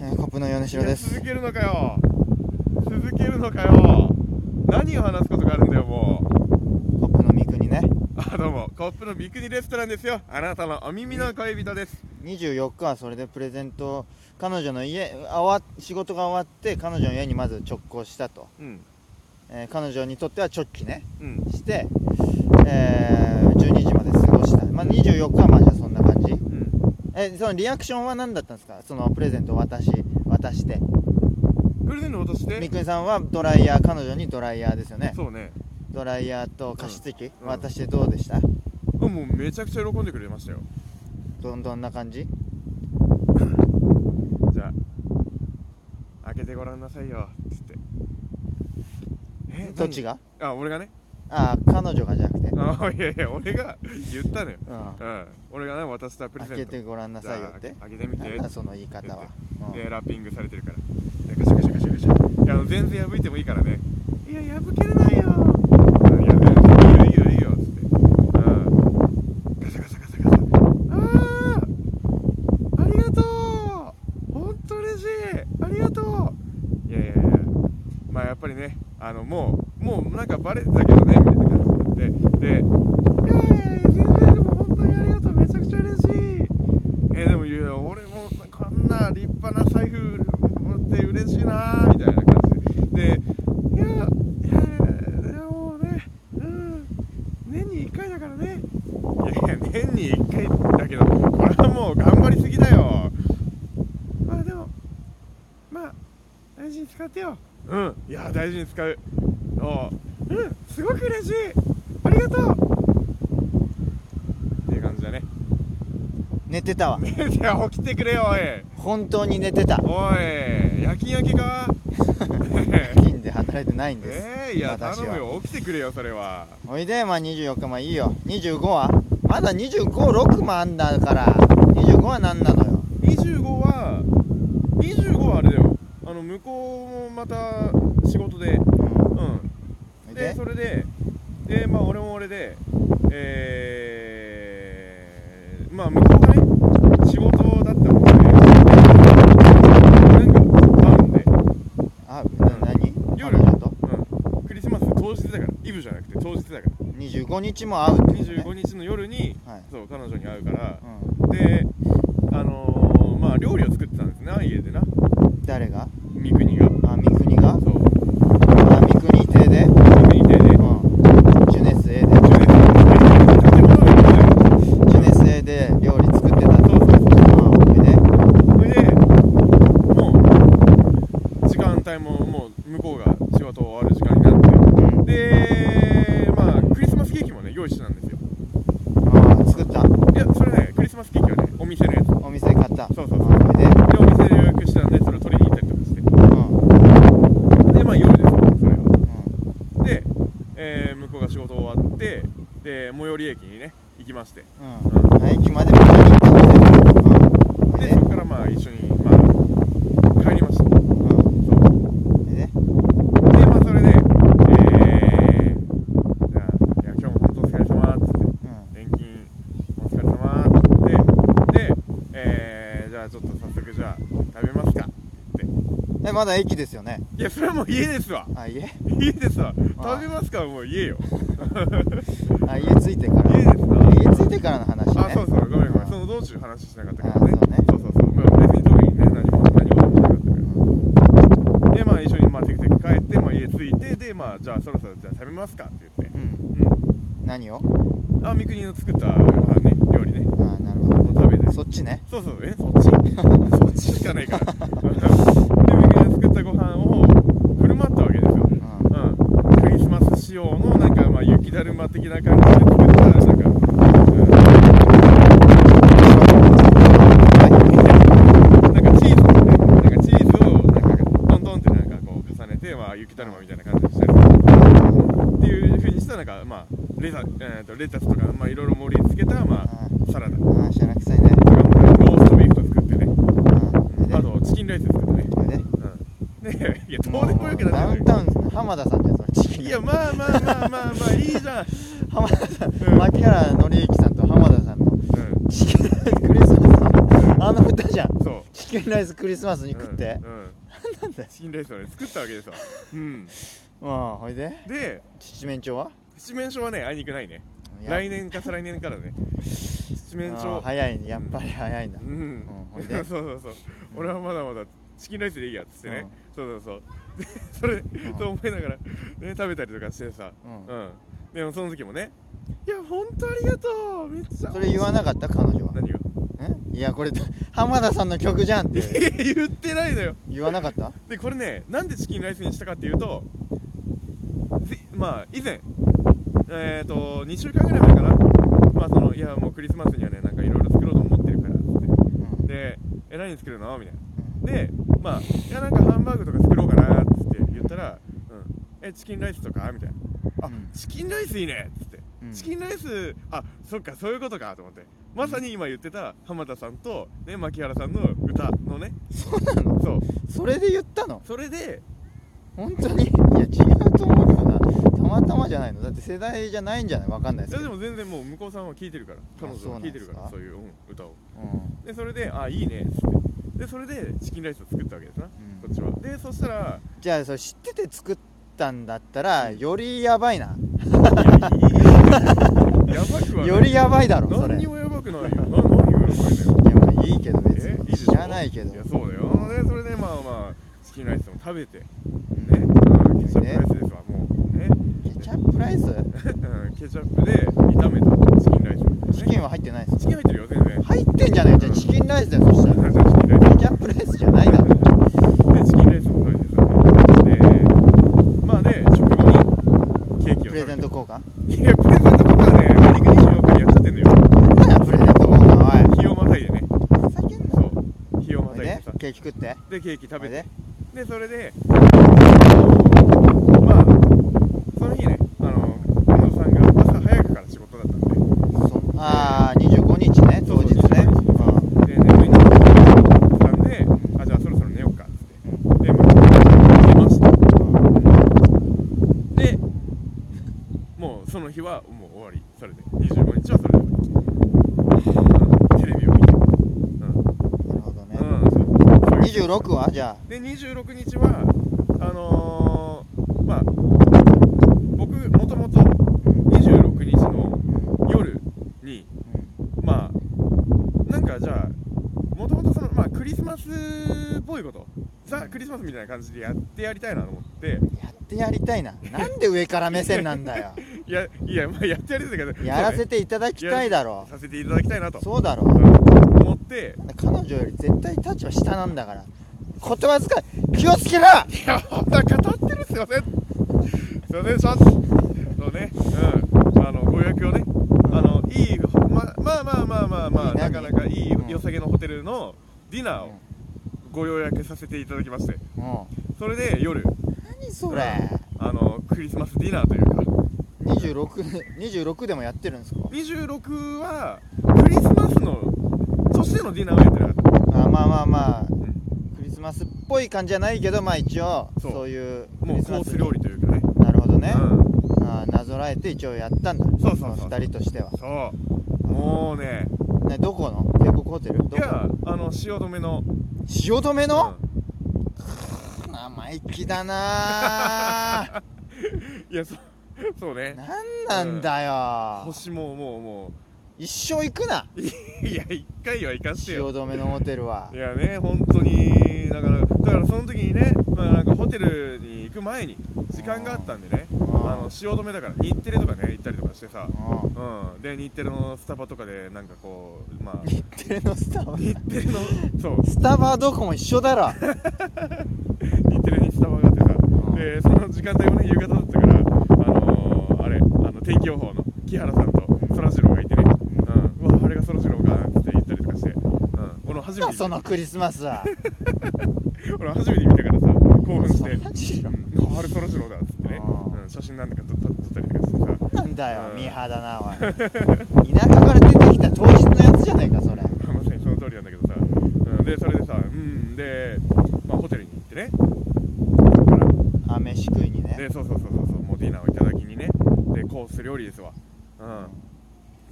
えーコップの米い城やです続けるのかよ続けるのかよ何を話すことがあるんだよもうコップの三国ねあどうもコップの三国レストランですよあなたのお耳の恋人です24日はそれでプレゼントを彼女の家あわ仕事が終わって彼女の家にまず直行したと、うんえー彼女にとっては直帰ねうんして、えー12時まで過ごした、まあ、24日はまあじゃあそんな感じうんえそのリアクションは何だったんですかそのプレゼントを渡し渡してプレゼント渡し三て國さんはドライヤー彼女にドライヤーですよねそうねドライヤーと加湿器、うん渡してどうでしたあもうめちゃくちゃ喜んでくれましたよ どんどんな感じじゃあ開けてごらんなさいよつってえどっちが何あ俺がねああ彼女がじゃなくてあいやいや俺が言ったのようんうん俺がね渡したプレ開ゼントけてごらんなさいよっじゃてあ開けてみてなんだその言い方は、うんでラッピングされてるからでガシャガシャガシャガシャいやあの全然破いてもいいからねいや破けれないよいや破けるいいよいいよいいよっつってうんガシャガシャガシャガシャあーありがとう本当嬉しいありがとういやいやいやまあやっぱりねあのもうもうなんかバレてたけどねみたいな感じになってでいやいやいや全然でも本当にありがとうめちゃくちゃ嬉しいえーでもいや俺もこんな立派な財布持って嬉しいなみたいな感じででいやいやいやもうねうん年に1回だからねいやいや年に1回だけどこれはもう頑張りすぎだよまあでもまあ大事に使ってようんいや大事に使うおううんすごく嬉しいありがとうっていう感じだね寝てたわね えじゃあ起きてくれよおい本当に寝てたおい夜勤明けか金で働いてないんですえー、いや私は頼むよ起きてくれよそれはおいでまあ24日もいいよ25はまだ256もあんだから25は何なのよ25は25はあれだよあの向こうもまた仕事でうおいんででそれででまあ俺も俺でえー、まあ向こうがね仕事だったのでなんかあるんであな何夜彼女とうんクリスマス当日だからイブじゃなくて当日だから25日も会うってことね25日の夜に、はいそう彼女に会うから、う、であのー、まあ料理を作ってたんですな家でなん誰が三国があ三国がそうあ三国亭でうん三国亭でジュネス A でジュネス A で料理作ってたとそうそうそううんおいそれででもう時間帯ももう向こうが仕事終わる時間になってでまあクリスマスケーキもね用意してたんですよああ作ったいやそれねクリスマスケーキはねお店のやつお店買ったそうそうそうあおいででお店で予約してたんでそれを取りに行ったりとかしてうんでまあ夜ですよそれはうで、えー向こうが仕事終わってで最寄り駅にね行きましてんうん駅まで迎えに行ったんだでぜそこからまあ一緒に、まあ、帰りましたそううんうんおいででまあそれでえー、じゃあいや今日も本当お疲れ様っつってうん年金お疲れ様っつってで、えー、じゃあちょっと早速じゃあ食べますかってえまだ駅ですよねいやそれはもう家ですわあ家家ですわああ食べますかはもう家よあ家着いてから家ですか家着いてからの話ねあ、そうそう、ごめんごめあん。その道中話しなかったあからね。そうねそうそうそう。まあ別に特にね、何も、何も話しなかったから。で、まあ一緒に、まあ、テクテク帰って、まあ家着いて、で、まあ、じゃあそろそろ、じゃあ食べますかって言ってう。んう何をん。あ、三国の作った、あね、料理ね。ああなるほどもう食べて。そっちねそうそう、え、そっちそっちしかないから。で、三国の作ったご飯を振る舞ったわけですよ。うんうん、クリスマス仕様のなんかまあ雪だるま的な感じで作ったなんか、うん、なんかチーズをねなんかチーズをなんかトントンってなんかこう重ねてまあ雪だるまみたいな感じにしたりとかっていう風にしたなんかまあレタえーとレタスとかまあいろいろ盛り付けたまあサラダとかああしゃらくさいねまあローストビーフと作ってねうんあとチキンライス作ってね、それでうん、でいやどうでもよくダなっウてンるタウン浜田さんじゃんそれチキンいやまあまあまあまあまあいいじゃん浜田さん、うん牧原紀之さんと浜田さんのうんチキンクリスマスのあの歌じゃんそうチキンライスクリスマスに食ってう、んうんなんだよチキンレースをね作ったわけですわうんうんほいでで七面鳥は七面鳥はねあいにくないねいや来年か再来年からね七面あー鳥早いねやっぱり早いな、ううんんほいでそうそうそう俺はまだまだチキンライスでいいやっつってね、そうそうそうでそれ、うんと思いながら、ね、食べたりとかしてさ、うんでもその時もね「いや本当ありがとうめっちゃそれ言わなかった彼女は何がんいやこれ浜田さんの曲じゃんっいてや 言ってないのよ言わなかったでこれねなんでチキンライスにしたかっていうとぜまあ以前えっ、と2週間ぐらい前かなまあそのいやもうクリスマスにはねなんかいろいろ作ろうと思ってるからっつってうんで「え何作るの?」みたいなでまあいやなんかハンバーグとか作ろうかなっつって言ったら「うん、えチキンライスとか?」みたいな「あ、うんチキンライスいいね」っつって、うんチキンライスあそっかそういうことかと思ってまさに今言ってた浜田さんと、ね、牧原さんの歌のねそうなのそうそれで言ったのそれで本当にいや違うと思うけどなたまたまじゃないのだって世代じゃないんじゃないわかんないいですやでけども全然もう向こうさんは聴いてるから彼そ女はうなん聴でいてするかからそういう、うん、歌をうんでそれで「あいいね」っつってでそれでチキンライスを作ったわけですな、こっちはでそしたらじゃあそれ知ってて作ったんだったらよりやばいないやいいやばくはないよりやばいだろそれ何にいやもやばくないよ。な何がやばいんだよ。まあいいけど別えいいにでし知ょらないけどいやそうだよ。でそれでまあまあチキンライスも食べてね、うんうんケチャップライスですわもうね、 ケチャップライスうんケチャップで炒めたチキンライス。チキンはは入ってないですチキン入ってるよ全然。入ってんじゃないじゃあチキンライスだよそしたらチキンライスケチャップライスじゃないだろでチキンライスも食べてさ。でまあで食後にケーキを食べてプレゼント交い換やプレゼントとかねありく24日にやっちゃってんのよ。なんだよプレゼント交換日をまたいでね。おいふざけんなそう日をまおいたいででさ。ケーキ食ってでケーキ食おべいてで。でそれでまあその日ねあの近藤さんが朝早くから仕事だったんでそああ25日ね当日ねそうそううんで眠いなって思ったんであじゃあそろそろ寝ようかっつってでまあ寝ましたでもうその日はもう終わりそれで25日はそれで終わりテレビを見てうなるほどねんうんそう26はじゃで26日はあのー、まあ僕もともと26日の夜にあまあなんかじゃあもともとそのまあクリスマスっぽいことザ・クリスマスみたいな感じでやってやりたいなと思ってやってやりたいななんで上から目線なん だよいやいやまあやってやりたいけどやらせてていただきたいだろさせていただきたいなとそうだろうん思って彼女より絶対立場下なんだから言葉遣い気をつけいろやほんと語ってるすいませんすいませんでしたそうねうんあのご予約をねあのいいままあまあまあまあまあいい何なかなかいいうん良さげのホテルのディナーをご予約させていただきましてもそれで夜うん何それあのクリスマスディナーというか 26, 26でもやってるんですか26はクリスマスのそしてのディナーをやってなかったあまあまあまあんクリスマスっぽい感じじゃないけどまあ一応そそうういうクもリうスコマースス料理というかねなるほどね、うんあーなぞらえて一応やったんだそうそうそう2人としては、そうもうねね、どこの帝国ホテルどこいやあの汐留の汐留うのん、生意気だな あいやそそうね何なんだよ、星ももうも一生行くなういや一回は行かしてよ汐留のホテルはいやね本当にだからだからその時にね、まあ、なんかホテルに行く前に時間があったんでねうんあの汐留だから日テレとかね行ったりとかしてさうんうんで日テレのスタバとかでなんかこう まあ日テレのスタバ日テレのそうスタバはどこも一緒だろ日テレにスタバがあってさうんでその時間帯もね夕方だったからあのー、あれあの天気予報の木原さんとそらジローがいてねうんうわあれがそらジローかって言ったりとかしてうん俺も初めてそのクリスマスは俺初めて見たからさ興奮してそらジローうんあれそらジローだっつってねあーうん写真なんだか撮撮ったりとかしてさ なんだようんミーハーだなおい田舎から出てきた当日のやつじゃないかそまれあまさにその通りなんだけどさ、うん、でそれでさうんで、まあ、ホテルに行ってねそっからあ飯食いにねでそうそうそうそうそうもうディナーをいただきにねでコース料理ですわうん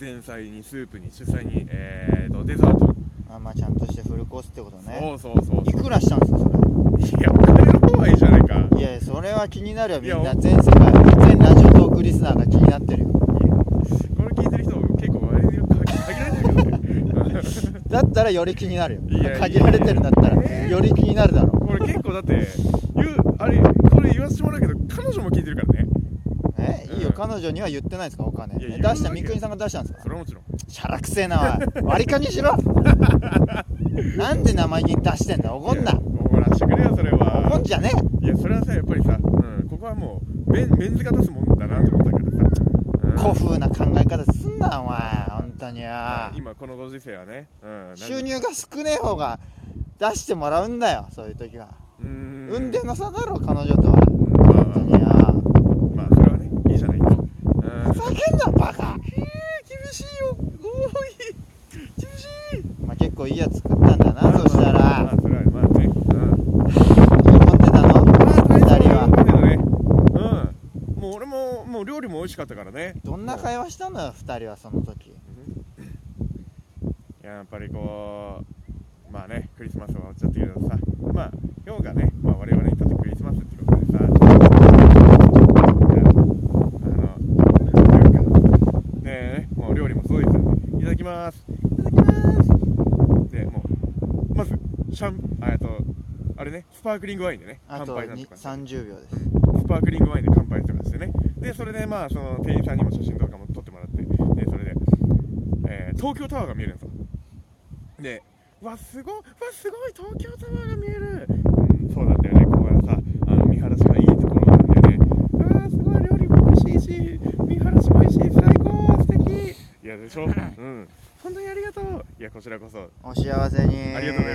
前菜にスープに主菜にえーとデザートああまあちゃんとしてフルコースってことねそうそうそういくらしたんですかそいやお金の方がいいじゃないかれいやいやそれは気になるよみんいなや全世界全ラジオトークリスナーが気になってるよこれ聞いてる人結構割に限られてるけどねだったらより気になるよいや限られてるんだったらえーより気になるだろこれ結構だって言うあれこれ言わせてもらうけど彼女も聞いてるからねうねいいようん彼女には言ってないですかお金いやえ言うわ出けした三國さんが出したんですそかれはもちろんしゃらくせえな おい割り勘にしろなんで生意気に出してんだ怒んいなや怒らしてくれよそれは怒んじゃねえいやそれはさやっぱりさ、うん、ここはもうメンメンズが出すもんだなと思ったからさ、うん古風な考え方すんなお前本当によ今このご時世はね、うん、収入が少ねえ方が出してもらうんだよそういう時はうん運転の差だろ彼女とはま本当によあまあそれはねいいじゃないかうんふざけんなバカ厳しいよ多い厳しいまあ結構いいやつ作ったんだなそしまたらあそれはまあねうん怒ってたのまあ大二丈人は夫だねうんもう俺ももう料理も美味しかったからねどんな会話したのよ二人はその時やっぱりこうまあねクリスマスは終わっちゃったけどさまあ今日がね、まあ、我々にとってクリスマスってことでさいやあのねえもう料理も届いてたんでいただきますいただきますでもうまずシャンあえっとあれねスパークリングワインでねあとなんにか30秒ですスパークリングワインで乾杯とかしてねでそれでまあその店員さんにも写真とかも撮ってもらってでそれで、えー東京タワーが見えるんですよでわすごいわすごい東京タワーが見える、うん、そうなんだよねここがさあの見晴らしがいいところなんだよねわあすごい料理も美味しいし見晴らしも美味しい最高素敵いやでしょうん本当にありがとういやこちらこそお幸せにありがとうございます